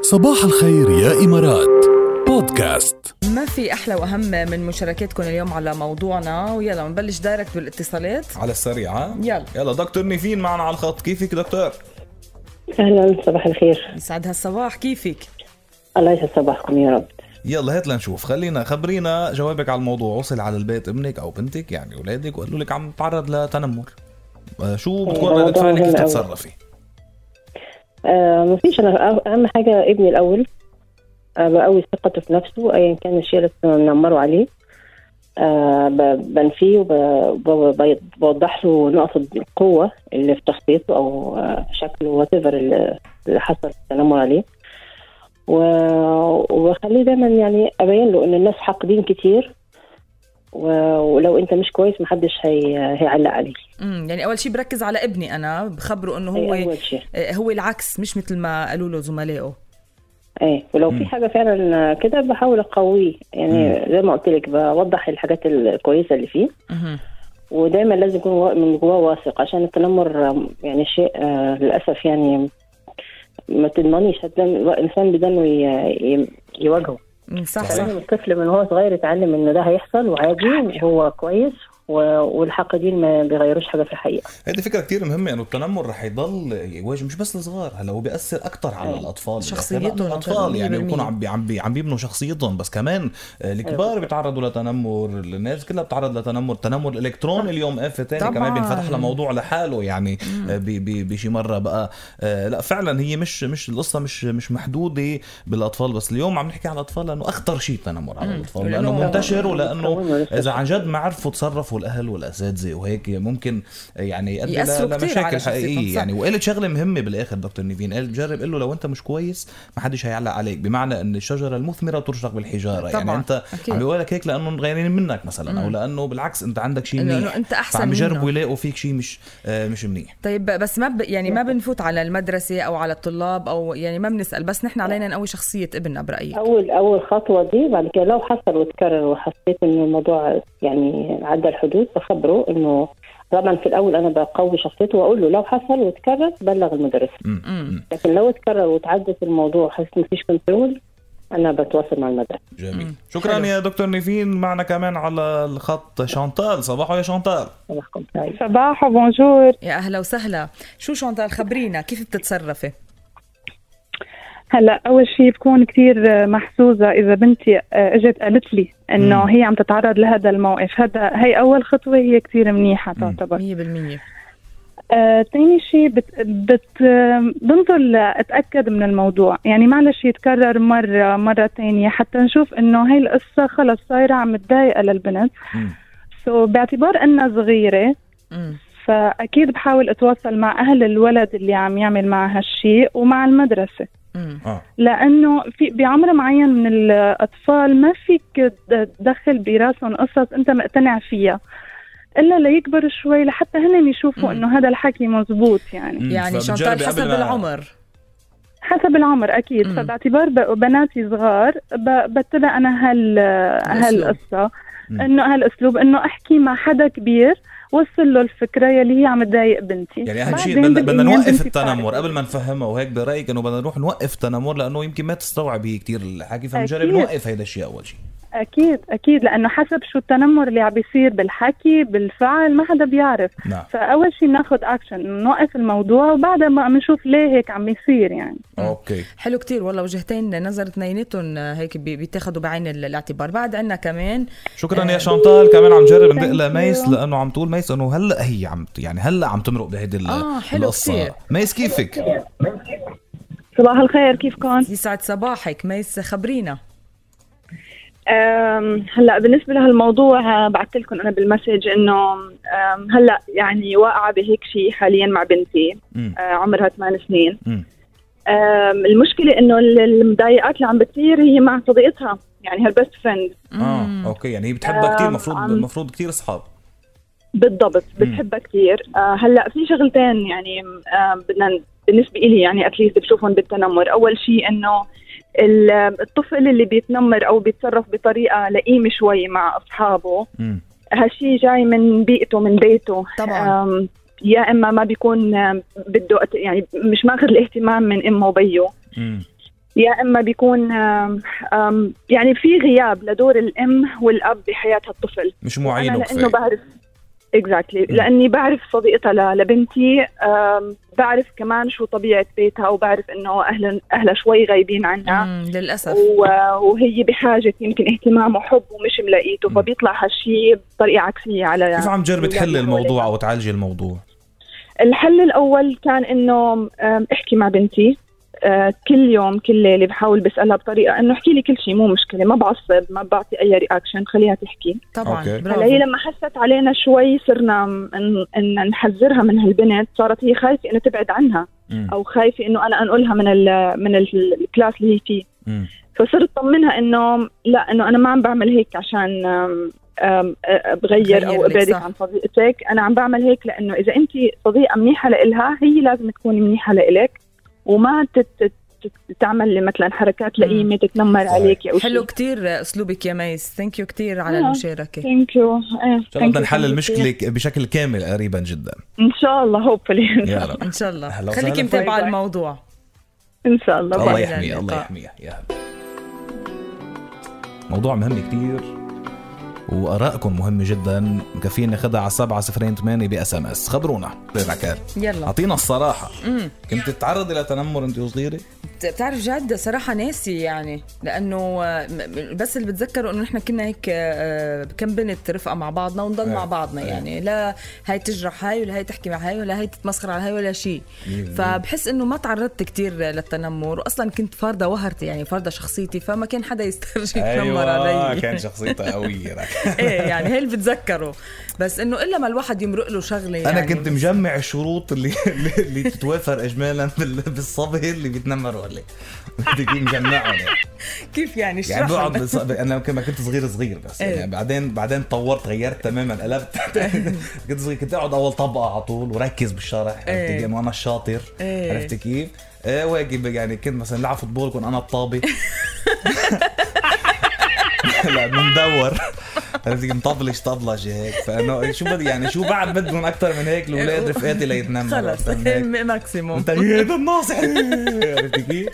صباح الخير يا إمارات بودكاست ما في احلى واهم من مشاركتكم اليوم على موضوعنا ويلا نبلش دايركت بالاتصالات على السريع ها يلا. يلا دكتور نيفين معنا على الخط كيفك دكتور اهلا صباح الخير يسعد هالصباح كيفك الله يسعد صباحكم يا رب يلا هات لنشوف خلينا خبرينا جوابك على الموضوع وصل على البيت ابنك او بنتك يعني اولادك وقالوا لك عم تتعرض لتنمر آه، شو بتكون الموضوع ردة فعلك مهم كيف أوي. تتصرفي آه ما فيش انا أه- اهم حاجه ابني الاول آه بقوي ثقته في نفسه ايا كان الشيء اللي كنا بنمره عليه آه ب- بنفيه وب- وب- بي- بوضح له نقط القوه اللي في شخصيته او آه شكله وات اللي اللي حصل التنمر عليه و- وبخليه دايما يعني ابين له ان الناس حاقدين كتير و- ولو انت مش كويس محدش هي... هيعلق عليك امم يعني اول شيء بركز على ابني انا بخبره انه هو... هو اول شيء آه، هو العكس مش مثل ما قالوا له زملائه ايه ولو مم. في حاجه فعلا كده بحاول اقويه يعني زي ما قلت لك بوضح الحاجات الكويسه اللي فيه مهم. ودايما لازم يكون وا- من جواه واثق عشان التنمر آم، يعني شيء آه، للاسف يعني ما تضمنيش هتدم- انسان بدمه ي- ي- يواجهه أمم، صح صح فلازم الطفل من هو صغير يتعلم ان ده هيحصل وعادي هو كويس و- والحاقدين ما بيغيروش حاجه في الحقيقه هذه فكره كتير مهمه انه التنمر رح يضل يواجه مش بس الصغار هلا هو بياثر اكثر على أيوة. الاطفال شخصيتهم يعني الاطفال يعني 100% بيكونوا عم بي- عم بي- عم بيبنوا شخصيتهم بس كمان آه، الكبار أيوة. بيتعرضوا لتنمر الناس كلها بتتعرض لتنمر التنمر الالكتروني اليوم آفة تاني طبعاً. كمان بينفتح لموضوع لحاله يعني آه، بي- بي- بشي مره بقى آه، لا فعلا هي مش مش القصه مش مش محدوده بالاطفال بس اليوم عم نحكي على الاطفال لانه اخطر شيء التنمر على مم. الاطفال ولأنه لانه منتشر ولانه بيتكونوا اذا عن جد ما عرفوا تصرفوا الاهل والاساتذه وهيك ممكن يعني يؤدي يأثروا ل- كتير على لمشاكل شخصيتهم، صح. حقيقيه يعني وقالت شغله مهمه بالاخر دكتور نيفين قال جرب قل له لو انت مش كويس ما حدش هيعلق عليك بمعنى ان الشجره المثمره ترشق بالحجاره طبعاً، يعني انت أكيد. عم بيقول لك هيك لانه غيرين منك مثلا او مم. لانه بالعكس انت عندك شيء إنه- انه منيح انت احسن فعم منه. يجربوا يلاقوا فيك شيء مش آه، مش منيح طيب بس ما ب... يعني ما بنفوت على المدرسه او على الطلاب او يعني ما بنسال بس نحن علينا نقوي شخصيه ابننا برايي اول اول خطوه دي بعد كده لو حصل وتكرر وحسيت ان الموضوع يعني عدى الحدود بخبره انه طبعا في الاول انا بقوي شخصيته واقول له لو حصل وتكرر بلغ المدرس مم. امم لكن لو اتكرر وتعدت الموضوع وحسيت مفيش كنترول انا بتواصل مع المدرسه جميل مم. شكرا حلو. يا دكتور نيفين معنا كمان على الخط شانتال صباحو يا شانتال صباحكم طيب. سعيد صباح وبونجور يا اهلا وسهلا شو شونتال خبرينا كيف بتتصرفي هلا اول شيء بكون كثير محظوظه اذا بنتي آه، اجت قالت لي مم. انه هي عم تتعرض لهذا الموقف هذا هي اول خطوه هي كثير منيحه مم. طيب. تعتبر 100% آه، تاني شيء بت... بت... آه، بنظر لاتاكد من الموضوع يعني معلش يتكرر مره مره تانية حتى نشوف انه هي القصه خلص صايره عم تضايقها للبنت مم. سو باعتبار انها صغيره امم فاكيد بحاول اتواصل مع اهل الولد اللي عم يعمل معها هالشيء ومع المدرسه امم اه لانه في بعمر معين من الاطفال ما فيك تدخل براسهم قصص انت مقتنع فيها الا ليكبروا شوي لحتى هن يشوفوا مم. انه هذا الحكي مزبوط يعني مم. يعني فبتجربي شونتال حسب قبل ما- العمر حسب العمر اكيد مم. فباعتبار ب- بناتي صغار ب- بتبع انا هال هالقصه مم. انه هالاسلوب انه احكي مع حدا كبير وصل له الفكره يلي هي عم تضايق بنتي يعني اهم شيء بعدين بدنا بدنا بالأيام نوقف بنتي التنمر بتعرف. قبل ما نفهمها وهيك برايك انه بدنا نروح نوقف التنمر لانه يمكن ما تستوعب هي كثير الحكي فبنجرب أكيد. نوقف هيدا الشيء اول شيء اكيد اكيد لانه حسب شو التنمر اللي عم بيصير بالحكي بالفعل ما حدا بيعرف نعم فاول شيء بناخد اكشن نوقف الموضوع وبعدها ما بنشوف ليه هيك عم يصير يعني اوكي حلو كتير والله وجهتين نظر اثنيناتهم هيك بي- بيتاخدوا بعين ال- الاعتبار بعد عنا كمان شكرا آه. يا شانتال كمان عم جرب ندق Thank لميس you. لانه عم تقول ميس انه هلا هي عم يعني هلا عم تمرق بهيدي ال- آه، حلو كتير. القصه ميس كيفك صباح الخير كيفكم؟ يسعد صباحك ميس خبرينا أم، هلا بالنسبة لهالموضوع آه، بعثت لكم أنا بالمسج إنه أم، هلا يعني واقعة بهيك شيء حاليا مع بنتي مم. أه، عمرها 8 سنين مم. أم، المشكلة إنه ال- المضايقات اللي عم بتصير هي مع صديقتها يعني هالبيست فريند اه اوكي يعني هي بتحبها كثير آم، المفروض عم- المفروض كثير اصحاب بالضبط مم. بتحبها كثير أه، هلا في شغلتين يعني أم، بدنا ن- بالنسبة إلي يعني أتليست بشوفهم بالتنمر أول شيء إنه ال- الطفل اللي بيتنمر أو بيتصرف بطريقة لئيمة شوي مع أصحابه مم. هالشي جاي من بيئته من بيته طبعاً. أم، يا اما ما بيكون أم، بده أت- يعني مش ماخذ الاهتمام من امه وبيه مم. يا اما بيكون آم، آم، يعني في غياب لدور الام والاب بحياه الطفل مش انا معينه لانه كفايه بعرف اكزاكتلي مم. exactly. لاني بعرف صديقتها ل- لبنتي آم، بعرف كمان شو طبيعه بيتها وبعرف انه اهلا اهلها شوي غايبين عنها مم، للاسف و- وهي بحاجه يمكن اهتمام وحب ومش ملاقيته مم. فبيطلع هالشيء بطريقه عكسيه على كيف عم تجربي تحل أولادنا الموضوع او تعالجي الموضوع؟ الحل الاول كان انه أم، احكي مع بنتي أه، كل يوم كل ليله بحاول بسالها بطريقه انه احكي لي كل شيء مو مشكله ما بعصب ما بعطي اي رياكشن خليها تحكي طبعا أوكي. هلا هي برافو لما حست علينا شوي صرنا م- إن- ان نحذرها من هالبنت صارت هي خايفه انه تبعد عنها مم. او خايفه انه انا انقلها من ال من ال- الكلاس اللي هي فيه مم. فصرت طمنها انه لا انه انا ما عم بعمل هيك عشان أم، أم، أ- بغير غير او لك، ابعدك صح. عن صديقتك انا عم بعمل هيك لانه اذا انت صديقه منيحه لإلها هي لازم تكوني منيحه لإلك وما تت تت- تت- تعمل مثلا حركات لئيمه تتنمر صحيح. عليك او حلو كتير اسلوبك يا ميس ثانك يو كتير على آه. المشاركه ثانك يو ان شاء الله بدنا نحل المشكله ك- بشكل كامل قريبا جدا ان شاء الله هوبفلي يا رب ان شاء الله أهلا وسهلا. خليكي متابعه باي باي. الموضوع ان شاء الله الله باي. يحميها الله اللقاء. يحميها يا هلا موضوع مهم كتير وارائكم مهمه جدا مكفينا ناخدها على 708 باس ام اس خبرونا بركات يلا اعطينا الصراحه امم كنت تتعرضي لتنمر انت وصغيره بت- بتعرف جد صراحة ناسي يعني لأنه آه، م- بس اللي بتذكره إنه نحن كنا هيك آه، كم بنت رفقة مع بعضنا ونضل إيه. مع بعضنا إيه. يعني لا هاي تجرح هاي ولا هاي تحكي مع هاي ولا هاي تتمسخر على هاي ولا شيء فبحس إنه ما تعرضت كتير للتنمر وأصلا كنت فاردة وهرتي يعني فاردة شخصيتي فما كان حدا يسترجي يتنمر علي أيوة، كان شخصيتها قويه لك. ايه يعني هي اللي بتذكره بس إنه إلا ما الواحد يمرق له شغلة يعني انا كنت مجمع الشروط اللي اللي- اللي تتوافر اجمالا بال- بالصبي اللي بيتنمروا عليه بدي كنت مجمعهم يعني. كيف يعني يعني اشرح بقعد لنا. بص... انا لما كنت- لما كنت صغير صغير بس إيه. يعني بعدين بعدين طورت غيرت تماما قلبت كنت صغير كنت اقعد اول طبقه على طول وركز بالشرح عرفت إيه. كيف وانا الشاطر إيه. عرفت كيف؟ إيه واجب يعني كنت مثلا لعب فوتبول كنت انا الطابه لا إنه مدور عرفت كيف مطبلش طبلجه هيك فانه شو بدي يعني شو بعد بدهم اكثر من هيك الاولاد رفقاتي ليتنمروا خلص أكتر من هيك. م- ماكسيموم انت يا هذا الناصح عرفت كيف؟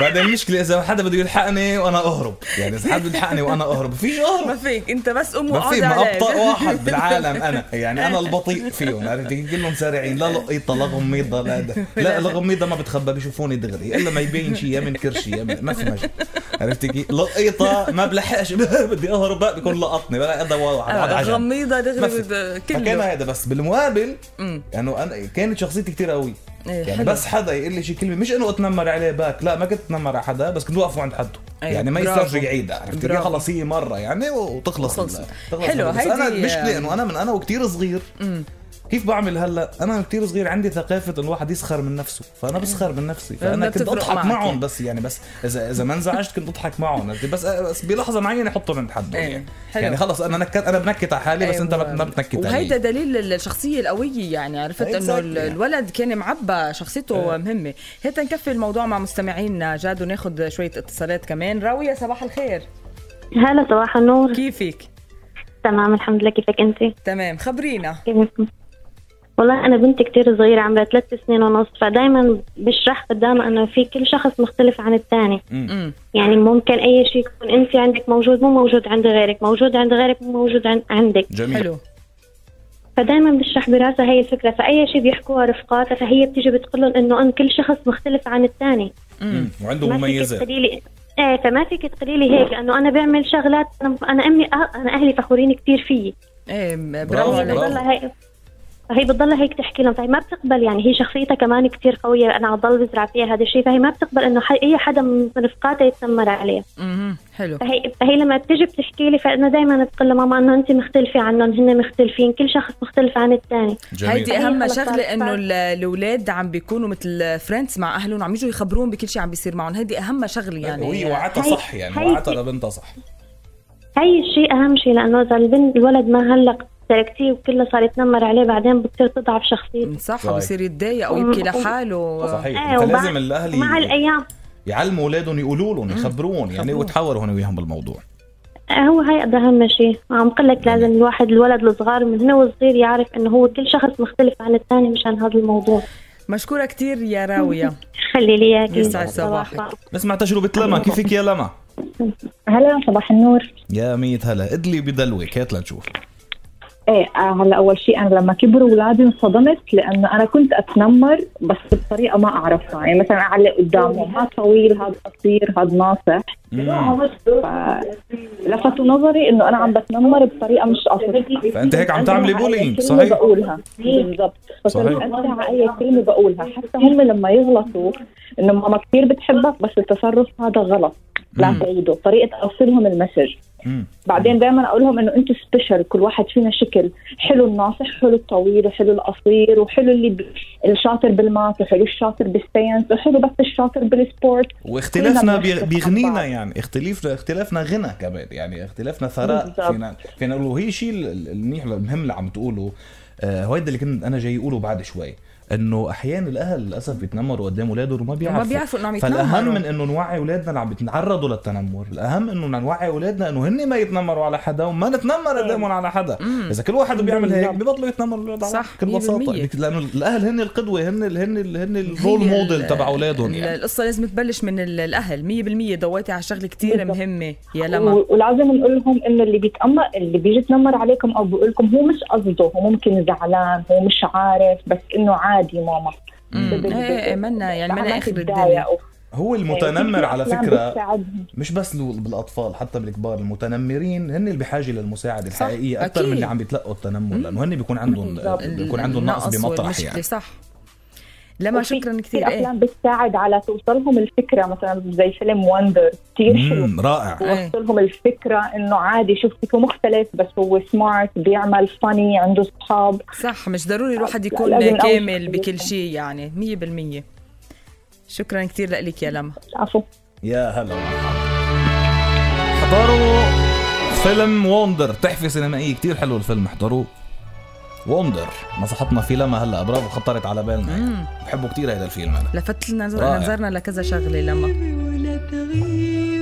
بعدين المشكله اذا حدا بده يلحقني وانا اهرب يعني اذا حدا بده يلحقني وانا اهرب فيش ما اهرب فيك انت بس قوم ما وقعد في ما عليه. ابطا واحد بالعالم انا يعني انا البطيء فيهم عرفت كيف؟ كلهم سريعين لا لقيطه لا غميضه لا هذا. لا الغميضه ما بتخبى بيشوفوني دغري الا ما يبين شيء يا من كرشي يا من ما في مجال عرفت كيف؟ لقيطه ما بلحقش بدي اهرب بقى بيكون لقطني بلا هذا واحد آه، عجب. غميضه ما دغري في. بد- فكان كله هذا بس بالمقابل أمم. يعني انا كانت شخصيتي كتير قويه إيه، يعني حلو. بس حدا يقول لي شي كلمه مش انه اتنمر عليه باك لا ما كنت اتنمر على حدا بس كنت وقفه عند حده إيه، يعني ما برافو. يصيرش يعيدها عرفت كيف برافو. خلص هي مره يعني و- وتخلص وخلصت. ال- تخلص حلو، ال- بس انا هيدي- المشكله انه انا من انا وكتير صغير أمم. كيف بعمل هلا انا كتير صغير عندي ثقافه انه الواحد يسخر من نفسه فانا بسخر من نفسي ما فانا كنت بتفرق اضحك إيه. معك يعني. معهم بس يعني بس اذا اذا ما انزعجت كنت اضحك معهم عرفت؟ بس بس بلحظه معينه حطهم عند حده إيه، يعني حلو. يعني خلص انا نكت انا بنكت على حالي بس انت أيوة. ما بتنكت علي وهيدا دليل الشخصيه القويه يعني عرفت Exactly. انه ال- الولد كان معبى شخصيته إيه. مهمه هيك نكفي الموضوع مع مستمعينا جاد وناخذ شويه اتصالات كمان راويه صباح الخير هلا صباح النور كيفك تمام الحمد لله كيفك انت تمام خبرينا كيفكم والله انا بنتي كتير صغيره عمرها ثلاث سنين ونص فدايما بشرح قدامها انه في كل شخص مختلف عن الثاني امم يعني ممكن اي شيء يكون انت عندك موجود مو موجود عند غيرك موجود عند غيرك مو موجود عن- عندك جميل حلو فدايما بشرح براسها هي الفكره فاي شيء بيحكوها رفقاتها فهي بتيجي بتقول لهم انه أن كل شخص مختلف عن الثاني امم وعنده ما فيك مميزات تقولي لي ايه فما فيك تقولي لي هيك لانه انا بعمل شغلات انا انا امي أه- انا اهلي فخورين كتير فيي ايه برافو، برافو هي عليك برافو. بتضلها هيك هي بتضلها هيك تحكي لهم فهي ما بتقبل يعني هي شخصيتها كمان كتير قوية أنا عم بضل بزرع فيها هذا الشيء فهي ما بتقبل إنه حي- أي حدا من رفقاتها يتنمر عليها امم حلو فهي, فهي لما بتجي بتحكي لي فأنا دايما بتقول لها ماما إنه أنت مختلفة عنهم هن مختلفين كل شخص مختلف عن الثاني هيدي جميل اهم أي خلص شغله صار- انه صار. ال- الاولاد عم بيكونوا مثل فريندز مع اهلهم عم يجوا يخبرون بكل شيء عم بيصير معهم هيدي اهم شغله يعني وهي وعدتها هي- صح يعني هي- وعدتها لبنتها صح هي الشيء أهم شيء لأنه إذا البنت الولد ما هلق تركتيه وكله صار يتنمر عليه بعدين بتصير تضعف شخصيته صح صحيح. وبصير يتضايق ويبكي لحاله صحيح إيه، انت وبعد- لازم الاهل مع ي- الأيام يعلموا اولادهم يقولوا لهم يخبروهم يعني يخبروهم. ويتحاوروا هن وياهم بالموضوع هو هاي ده أهم شيء عم قلك لك لازم الواحد الولد الصغار من هنا وصغير يعرف إنه هو كل شخص مختلف عن الثاني مشان هذا الموضوع مشكوره كثير يا راويه خلي لي اياكي يسعد صباحك. نسمع تجربة لما كيفك يا لما هلا صباح النور يا مية هلا ادلي بدلوك هات لنشوف ايه آه، هلا اول شيء انا لما كبروا اولادي انصدمت لانه انا كنت اتنمر بس بطريقه ما اعرفها يعني مثلا اعلق قدامهم هذا طويل هذا قصير هذا ناصح مم. لفتوا نظري انه انا عم بتنمر بطريقه مش قصدي فأنت هيك عم تعملي بولينج، صحيح صحيح. بقولها إيه، بالضبط صحيح. صحيح انت على اي كلمه بقولها حتى هم لما يغلطوا انه ماما كثير بتحبك بس التصرف هذا غلط لا مم. تعيده طريقه اوصلهم المسج مم. بعدين دائما اقول لهم انه انتم سبيشل كل واحد فينا شكل حلو الناصح حلو الطويل وحلو القصير وحلو اللي ب... الشاطر بالماث وحلو الشاطر بالساينس وحلو بس الشاطر بالسبورت واختلافنا كلنا بيغ- بنختلف عن بيغنينا بعض. يعني اختلاف اختلافنا غنى كمان يعني اختلافنا ثراء بالضبط. فينا فينا نقول وهي شيء ال- المنيح المهم اللي عم تقوله آه، هو هيدا اللي كنت انا جاي اقوله بعد شوي انه احيانا الاهل للاسف بيتنمروا قدام اولادهم وما بيعرفوا ما بيعرفوا انه عم يتنمروا فالاهم من انه نوعي اولادنا اللي عم بيتعرضوا للتنمر الاهم انه نوعي اولادنا انه هن ما يتنمروا على حدا وما نتنمر إيه. قدامهم على حدا اذا كل واحد بيعمل هيك ببطلوا يتنمروا الاولاد على صح، بعض. بكل بساطه 100%. لانه الاهل هن القدوه هن ال- هن ال- هن الرول هي موديل ال- تبع اولادهم ال- يعني القصه لازم تبلش من ال- الاهل 100% ضويتي على شغله كثير بالضبط. مهمه يا لما و... ولازم نقول لهم انه اللي بيتامر اللي بيجي يتنمر عليكم او بيقول لكم هو مش قصده هو ممكن زعلان هو مش عارف بس انه عادي ماما مم. بال- بال- إيه إيه، منا يعني ما منا اخر الدنيا تتضايقوا. هو يعني المتنمر على أفلام فكره بتساعدهم. مش بس لو- بالاطفال حتى بالكبار المتنمرين هن اللي بحاجه للمساعده صح، الحقيقيه اكثر أكيد. من اللي عم بيتلقوا التنمر لانه هن بيكون عندهم بيكون عندهم نقص النقص بمطرح والمشكلة، يعني صح لما وفي شكرا كثير ايه افلام بتساعد على توصلهم الفكره مثلا زي فيلم وندر كثير حلو امم رائع إيه. وصلهم الفكره انه عادي شوفك هو مختلف بس هو سمارت بيعمل فاني عنده اصحاب صح مش ضروري الواحد لا، يكون لازم كامل أول- بكل شيء يعني 100% شكرا كثير لك يا لما عفوا يا هلا حضروا فيلم وندر تحفه سينمائيه كتير حلو الفيلم احضروه وندر نصحتنا فيه لما هلا برافو خطرت على بالنا يعني. بحبه كتير هذا الفيلم انا لفت لنا رائع. نظرنا لكذا شغله لما ولا تغيب